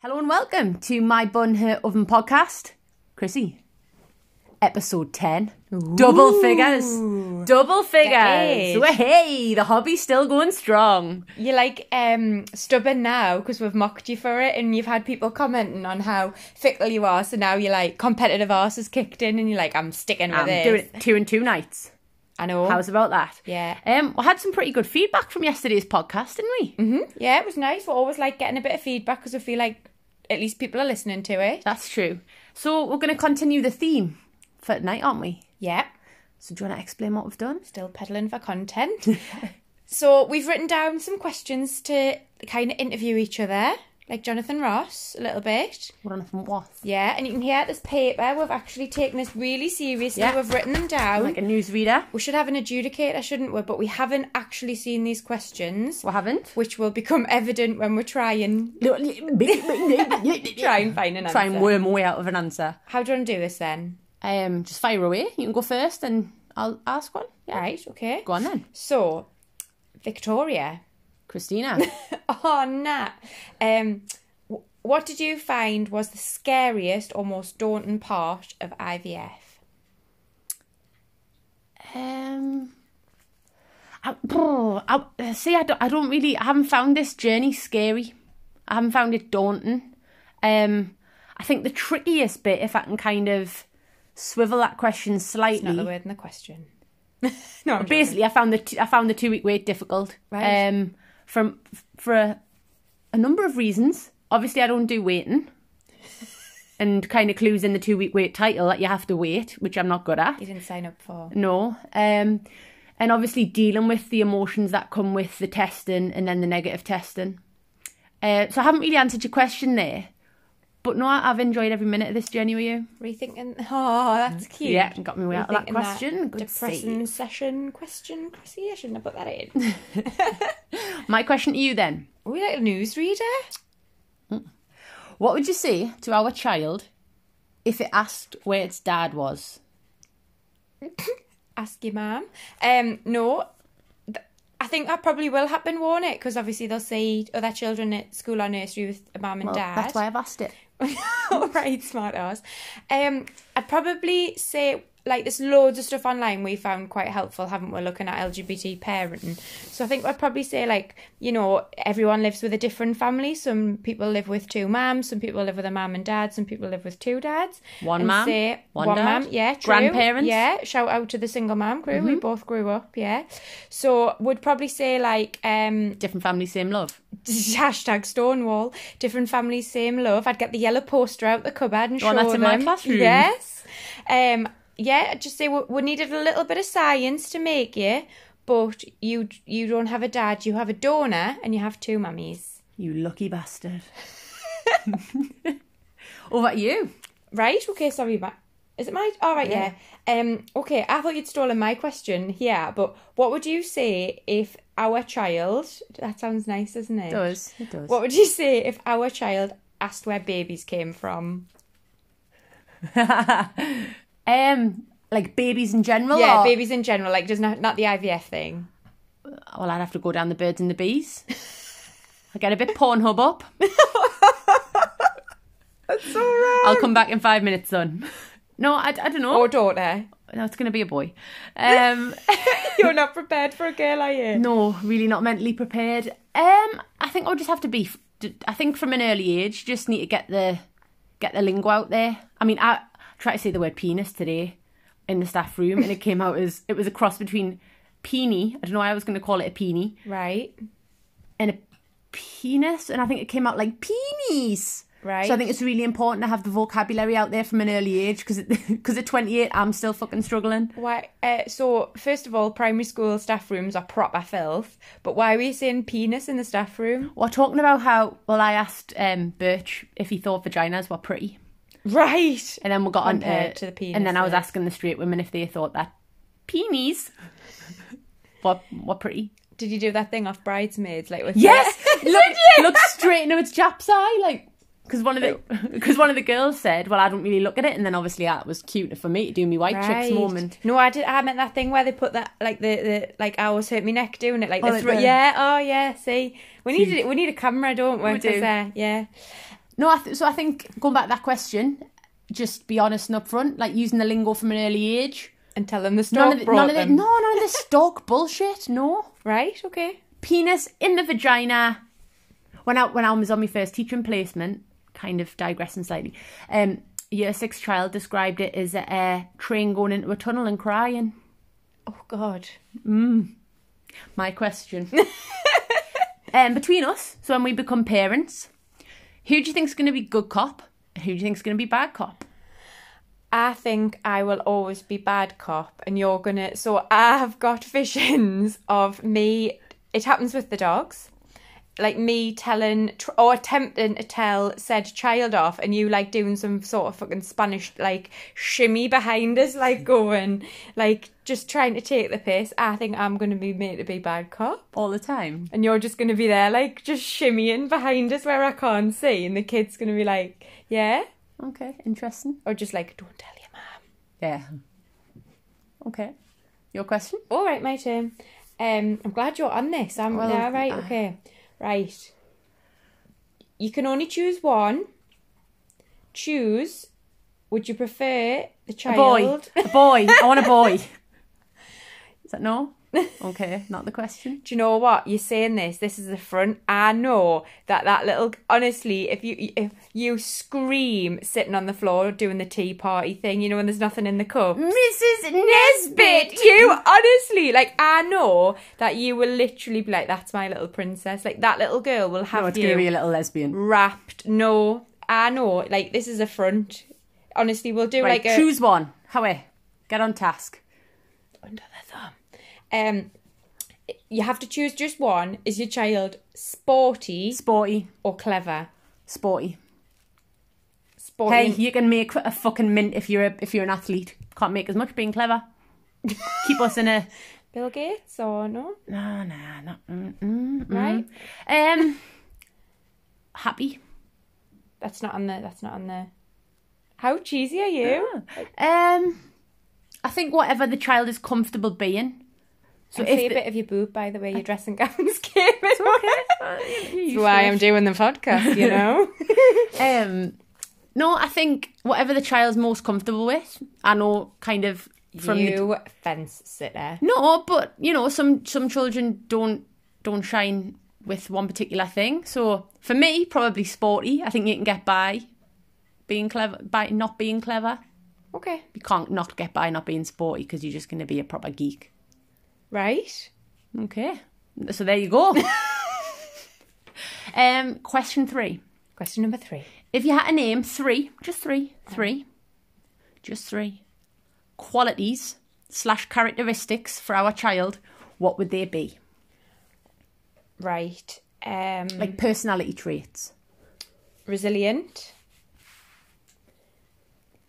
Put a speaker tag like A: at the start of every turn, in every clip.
A: Hello and welcome to my Bun Her Oven podcast. Chrissy, episode 10. Double figures. Double figures.
B: Decade.
A: Hey, the hobby's still going strong.
B: You're like um, stubborn now because we've mocked you for it, and you've had people commenting on how fickle you are. So now you're like competitive arse has kicked in, and you're like, I'm sticking with
A: I'm
B: it.
A: doing two and two nights.
B: I know.
A: How's about that?
B: Yeah.
A: Um, we had some pretty good feedback from yesterday's podcast, didn't we?
B: yeah, it was nice. We're always like getting a bit of feedback because we feel like at least people are listening to it.
A: That's true. So we're going to continue the theme for tonight, aren't we?
B: Yeah,
A: So do you want to explain what we've done?
B: still peddling for content. so we've written down some questions to kind of interview each other, like Jonathan Ross, a little bit.
A: What on earth and what?
B: Yeah, and you can hear this paper. We've actually taken this really seriously.
A: Yeah.
B: We've written them down.
A: Like a newsreader?
B: We should have an adjudicator, shouldn't we? But we haven't actually seen these questions,
A: We haven't.
B: which will become evident when we try and try
A: Try
B: and find an answer.
A: Try and worm a way out of an answer.
B: How do you want to do this then?
A: Um, just fire away. You can go first, and I'll ask one. Yeah,
B: Right, okay.
A: go on then,
B: So, Victoria.
A: Christina.
B: Oh, Nat. Um, wh- what did you find was the scariest or most daunting part of IVF?
A: um, I, oh, I, see, I don't, I don't really, I haven't found this journey scary. I haven't found it daunting. Um, I think the trickiest bit, if I can kind of swivel that question
B: Not the
A: slightly,
B: word in the question. no, I'm joking.
A: basically, I found the t- I found the two week wait difficult.
B: Right.
A: Um, from for a, a number of reasons. Obviously, I don't do waiting, and kind of clues in the two week wait title that you have to wait, which I'm not good at.
B: you didn't sign up for.
A: No. Um, and obviously dealing with the emotions that come with the testing and then the negative testing. Uh, so I haven't really answered your question there, but no, I- I've enjoyed every minute of this journey with you.
B: Rethinking. Oh, that's cute.
A: Yeah, got me way out of that
B: Rethinking
A: question. Good
B: depressing session question, Chrissy. I shouldn't have put that in.
A: My question to you then.
B: Are we like a newsreader?
A: What would you say to our child if it asked where its dad was?
B: Ask your mum. Um, no. Th- I think that probably will happen, won't it? Because obviously they'll see other children at school or nursery with a mum and dad.
A: That's why Oh, I've asked it.
B: All right, smart ass. Um, I'd probably say like there's loads of stuff online we found quite helpful, haven't we? Looking at LGBT parenting, so I think I'd probably say like you know everyone lives with a different family. Some people live with two mums, some people live with a mum and dad, some people live with two dads.
A: One
B: And
A: mum,
B: say-
A: one
B: one,
A: dad,
B: mum, yeah, true.
A: grandparents. Mm-hmm.
B: yeah. Shout out to the single mum crew. We both grew up, yeah. So would probably say like um
A: Different family, same love.
B: hashtag Stonewall. Different families, same love. I'd get the yellow poster out the cupboard and
A: Oh,
B: show
A: that's in
B: them.
A: my classroom.
B: Yes. Um. Yeah. I'd just say we, we needed a little bit of science to make you, but you you don't have a dad. You have a donor, and you have two mummies.
A: You lucky bastard. what about you?
B: Right. Okay. Sorry, Ma Is it my? All right. Yeah. Um. Okay. I thought you'd stolen my question. Yeah. But what would you say if our child? That sounds nice, doesn't it?
A: Does it does?
B: What would you say if our child asked where babies came from?
A: Um, like babies in general.
B: Yeah,
A: or-
B: babies in general, like just not, not the IVF thing.
A: Well, I'd have to go down the birds and the bees. I get a bit Pornhub up. I'll come back in five minutes, son. No, I, I don't know.
B: Or daughter.
A: No, it's going to be a boy. Um,
B: You're not prepared for a girl, are you?
A: no, really not mentally prepared. Um, I think I'll just have to be. I think from an early age, you just need to get the get the lingo out there. I mean, I tried to say the word penis today in the staff room, and it came out as it was a cross between peenie. I don't know why I was going to call it a peenie,
B: Right.
A: and a penis, and I think it came out like peenies.
B: Right.
A: So I think it's really important to have the vocabulary out there from an early age because because at 28 I'm still fucking struggling.
B: Why? Uh, so first of all, primary school staff rooms are proper filth. But why were you saying penis in the staff room?
A: We're talking about how well I asked um, Birch if he thought vaginas were pretty,
B: Right.
A: and then we got on
B: Compared to the penis
A: and then I was
B: there.
A: asking the straight women if they thought that peenies were were pretty.
B: Did you do that thing off bridesmaids, like with?
A: Yes, look, look straight into its Jap's eye, like because one of the because one of the girls said, "Well, I don't really look at it," and then obviously that was cuter for me to do me white chicks
B: Right.
A: moment.
B: No, I did. I meant that thing where they put that, like the, the like I always hurt me neck doing it, like
A: Oh,
B: this.
A: like the-
B: yeah, oh yeah. See, we need it. We need a camera, don't we?
A: We do.
B: 'Cause, uh, yeah.
A: No, I th- so I think going back to that question, just be honest and upfront, like using the lingo from an early age.
B: and tell them the
A: None
B: stalk
A: of, the,
B: brought
A: none of the,
B: them.
A: no, none of this dog bullshit. No,
B: Right? Okay.
A: penis in the vagina. When I when I was on my first teaching placement, kind of digressing slightly, um, a year six child described it as a, a train going into a tunnel and crying.
B: Oh God.
A: My question. um, between us, so when we become parents, who do you think's going to be good cop? and Who do you think's going to be bad cop?
B: I think I will always be bad cop, and you're gonna. So I have got visions of me. It happens with the dogs, like me telling tr- or attempting to tell said child off, and you like doing some sort of fucking Spanish like shimmy behind us, like going like just trying to take the piss. I think I'm gonna be made to be bad cop.
A: All the time.
B: and you're just going to be there, like, just shimmying behind us where I can't see, and the kid's going to be like, yeah?
A: Okay, interesting.
B: Or just like, don't tell your mum.
A: Yeah. Okay. Your question?
B: All right, my turn. Um, I'm glad you're on this. I'm
A: Well, uh.
B: yeah, right,
A: I-
B: okay. Right. You can only choose one. Choose. Would you prefer the
A: A boy.
B: child?
A: A boy. I want a boy. Is that no? Okay, not the question.
B: do you know what you're saying this this is the front i know that that little honestly if you if you scream sitting on the floor doing the tea party thing you know when there's nothing in the cup
A: Mrs. Nesbit!
B: Bit you honestly like I know that you will literally be like that's my little princess like that little girl will have
A: Oh, it's
B: you
A: going to be a little lesbian.
B: wrapped no I know like this is a front honestly we'll do
A: Right,
B: like a
A: choose one. Howie, get on task.
B: under the thumb. Um, you have to choose just one. Is your child sporty
A: Sporty.
B: or clever?
A: Sporty.
B: Sporty.
A: Hey, you can make a fucking mint if you're a, if you're an athlete. Can't make as much being clever. Keep us in a
B: Bill Gates or no?
A: no, no, not mm, mm, mm.
B: Right?
A: Um, happy.
B: That's not on there. That's not on there. How cheesy are you?
A: Ah. Um, I think whatever the child is comfortable being.
B: So
A: So
B: I see a
A: if the,
B: bit of your boob, by the way. Your dressing gowns came. It's
A: you
B: That's why I'm doing the podcast, you know.
A: um, no, I think whatever the child's most comfortable with. I know, kind of from the
B: you fence sitter.
A: No, but you know, some some children don't don't shine with one particular thing. So for me, probably sporty. I think you can get by being clever by not being clever.
B: Okay.
A: You can't not get by not being sporty because you're just going to be a proper geek.
B: Right.
A: Okay, so there you go. um, question three:
B: Question number three.
A: If you had to name three, just three, three, just three qualities slash characteristics for our child, what would they be?
B: Right. Um,
A: like personality traits.
B: resilient,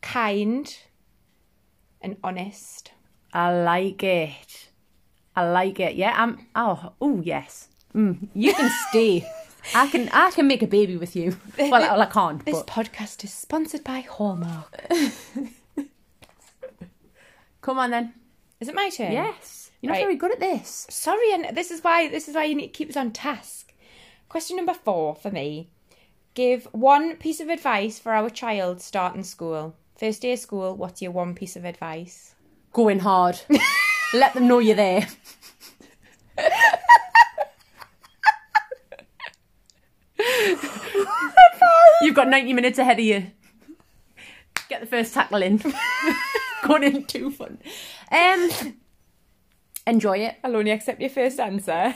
B: kind, and honest.
A: I like it. I like it. Yeah. I'm. Oh. Oh. Yes. Mm, you can stay. I can. I can make a baby with you. Well, I, well, I can't.
B: This
A: But
B: podcast is sponsored by Hallmark.
A: come on then.
B: Is it my turn?
A: Yes. You're not
B: Mm. Right.
A: very good at this.
B: Sorry, and this is why this is why you need to keep us on task. Question number four for me: Give one piece of advice for our child starting school, first day of school. What's your one piece of advice?
A: Going hard. Let them know you're there. You've got 90 minutes ahead of you. Get the first tackle in. Going in too fun. Um, enjoy it.
B: I'll only accept your first answer.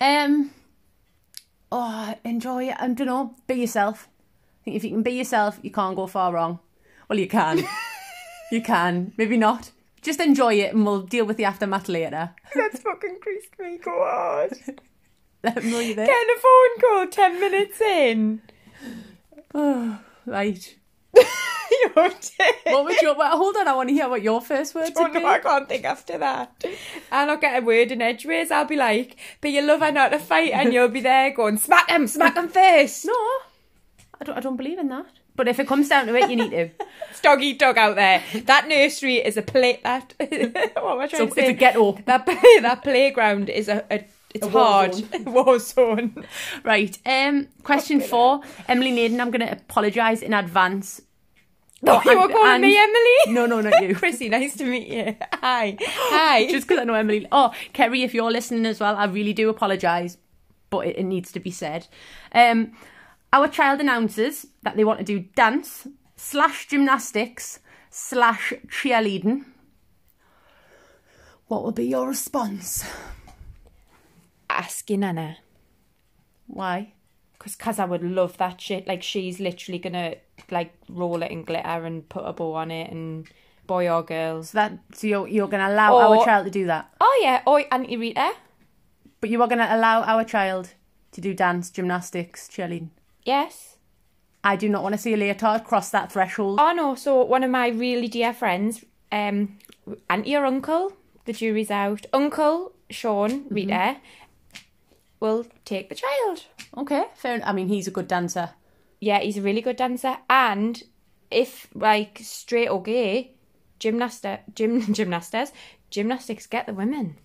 A: Um, oh, enjoy it. I don't know. Be yourself. I think if you can be yourself, you can't go far wrong. Well, you can. you can. Maybe not. Just enjoy it, and we'll deal with the aftermath later.
B: That's fucking creased me God.
A: Let 'em know you're there.
B: Getting a phone call ten minutes in.
A: Right.
B: You're dead.
A: What would your? Well, hold on. I want to hear what your first words
B: Oh
A: would
B: no,
A: be.
B: I can't think after that. And I'll get a word in edgeways. I'll be like, but you love her not to fight, and you'll be there going, smack him, smack him first.
A: No, I don't. I don't believe in that. But if it comes down to it, you need to.
B: It's dog eat dog out there. That nursery is a play. That what am I trying
A: So
B: to
A: it's
B: say?
A: a ghetto.
B: that play, that playground is a, a it's
A: war
B: hard. War zone.
A: Right. Um, question four. Emily Naden, I'm going to apologise in advance.
B: Oh, you
A: and-
B: were calling
A: and-
B: me Emily.
A: No, no, not you.
B: Chrissy, nice to meet you. Hi. Hi.
A: Just because I know Emily. Oh, Kerry, if you're listening as well, I really do apologise, but it, it needs to be said. Um, our child announces that they want to do dance slash gymnastics slash cheerleading. What will be your response?
B: asking Anna.
A: Why?
B: Because Kaza would love that shit. Like, she's literally going to, like, roll it in glitter and put a bow on it and boy or girls.
A: So that so you're you're going to allow
B: Or-
A: our child to do that,
B: Oh, yeah. Oh, Auntie Rita.
A: but you are going to allow our child to do dance, gymnastics, cheerleading.
B: Yes.
A: I do not want to see a leotard cross that threshold.
B: Oh, no. So, one of my really dear friends, um, Auntie or Uncle, the jury's out. Uncle, Sean, Rita, will take the child.
A: Okay, fair. en- I mean, he's a good dancer.
B: Yeah, he's a really good dancer. And if like straight or gay, gymnasta gym gymnastas, gymnastics get the women.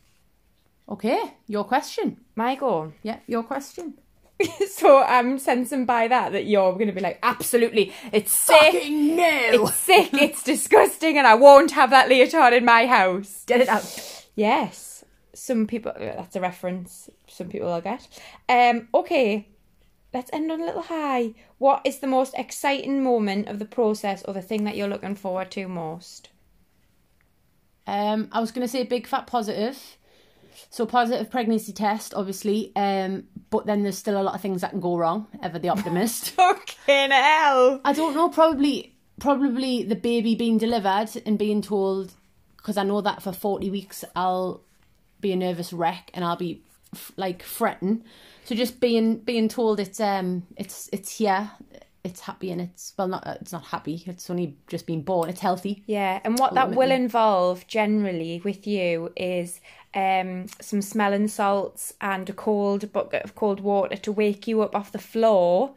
A: Okay, your question.
B: My goal.
A: Yeah, your question.
B: so I'm sensing by that that you're gonna be like, absolutely, it's sick,
A: no!
B: it's sick, it's disgusting, and I won't have that leotard in my house.
A: Get it out.
B: Yes. Some people that's a reference some people will get. Um okay. Let's end on a little high. What is the most exciting moment of the process or the thing that you're looking forward to most?
A: Um, I was going to say big fat positive. So positive pregnancy test, obviously. Um, but then there's still a lot of things that can go wrong. Ever the optimist.
B: Fucking hell.
A: I don't know. Probably, probably the baby being delivered and being told, because I know that for 40 weeks I'll be a nervous wreck and I'll be f- like fretting. So just being being told it's um it's it's here, it's happy and it's well not it's not happy. It's only just been born. It's healthy.
B: Yeah, and what that will involve generally with you is um, some smelling salts and a cold bucket of cold water to wake you up off the floor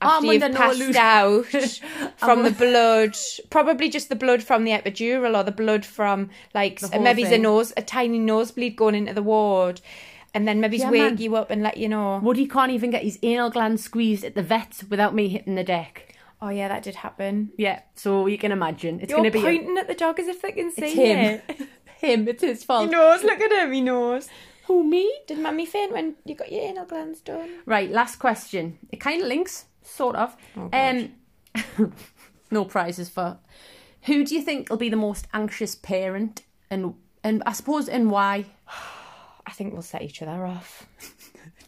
B: after
A: I'm
B: you've
A: under no
B: passed
A: illusion.
B: out from the blood, probably just the blood from the epidural or the blood from like
A: whole
B: maybe a
A: thing.
B: nose, a tiny nosebleed going into the ward, and then maybe
A: Yeah,
B: wake
A: man.
B: you up and let you know.
A: Woody can't even get his anal gland squeezed at the vet without me hitting the deck.
B: Oh yeah, that did happen.
A: Yeah, so you can imagine it's
B: You're
A: going to be
B: pointing at the dog as if they can see
A: him.
B: it.
A: him. It's his
B: He
A: fault.
B: knows. Look at him. He knows.
A: Who me?
B: Did mummy faint when you got your anal glands done?
A: Right, last question. It kind of links, sort of. um, no prizes for. Who do you think will be the most anxious parent, and and I suppose and why?
B: I think we'll set each other off.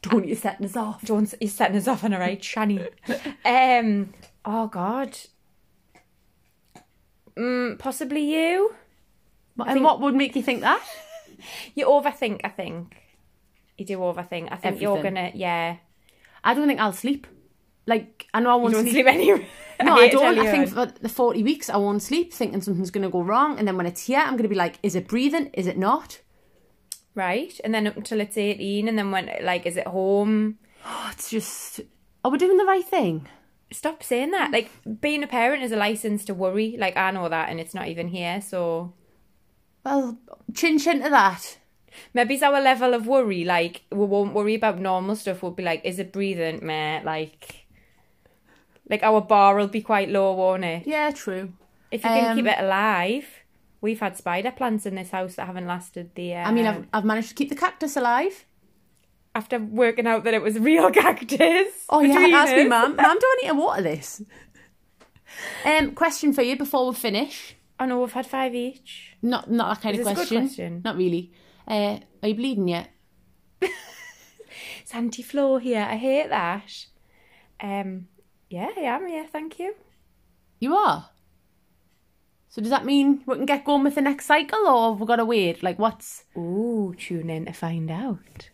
A: Don't you setting us off?
B: Dawn's is setting us off on a right, Shani. um, oh God. Mm, possibly you.
A: and what would make you think that?
B: You overthink. I think you do overthink. I think you're
A: Everything.
B: gonna. Yeah.
A: I don't think I'll sleep. Like I know I won't
B: You don't
A: sleep.
B: sleep anyway.
A: No, I
B: hate to
A: don't.
B: tell
A: I think
B: you.
A: for the forty weeks I won't sleep, thinking something's going to go wrong, and then when it's here, I'm going to be like, is it breathing? Is it not?
B: right, and then up until it's eighteen, and then when like is it home?
A: Oh, it's just. Are we doing the right thing?
B: Stop saying that. Like being a parent is a license to worry. Like I know that, and it's not even here. So
A: Well, chin chin to that.
B: Maybe it's our level of worry. Like we won't worry about normal stuff. We'll be like, is it breathing, meh? Like, like our bar will be quite low, won't it?
A: Yeah, true.
B: If you can
A: Um,
B: keep it alive, we've had spider plants in this house that haven't lasted the. Uh,
A: I mean, I've, I've managed to keep the cactus alive.
B: after working out that it was real cactus.
A: Oh yeah,
B: between
A: ask me,
B: us.
A: mum. Mum, do I need to water this? Um, question for you before we finish.
B: Oh no, we've had five each.
A: Not not that kind
B: Is
A: of
B: this a good
A: question.
B: question?
A: Not really. Uh, are you bleeding yet?
B: It's anti floor here. I hate that. Um, yeah, I am. Yeah, thank you.
A: You are. So does that mean we can get going with the next cycle, or have we got to wait? Like, what's
B: Ooh, tune in to find out.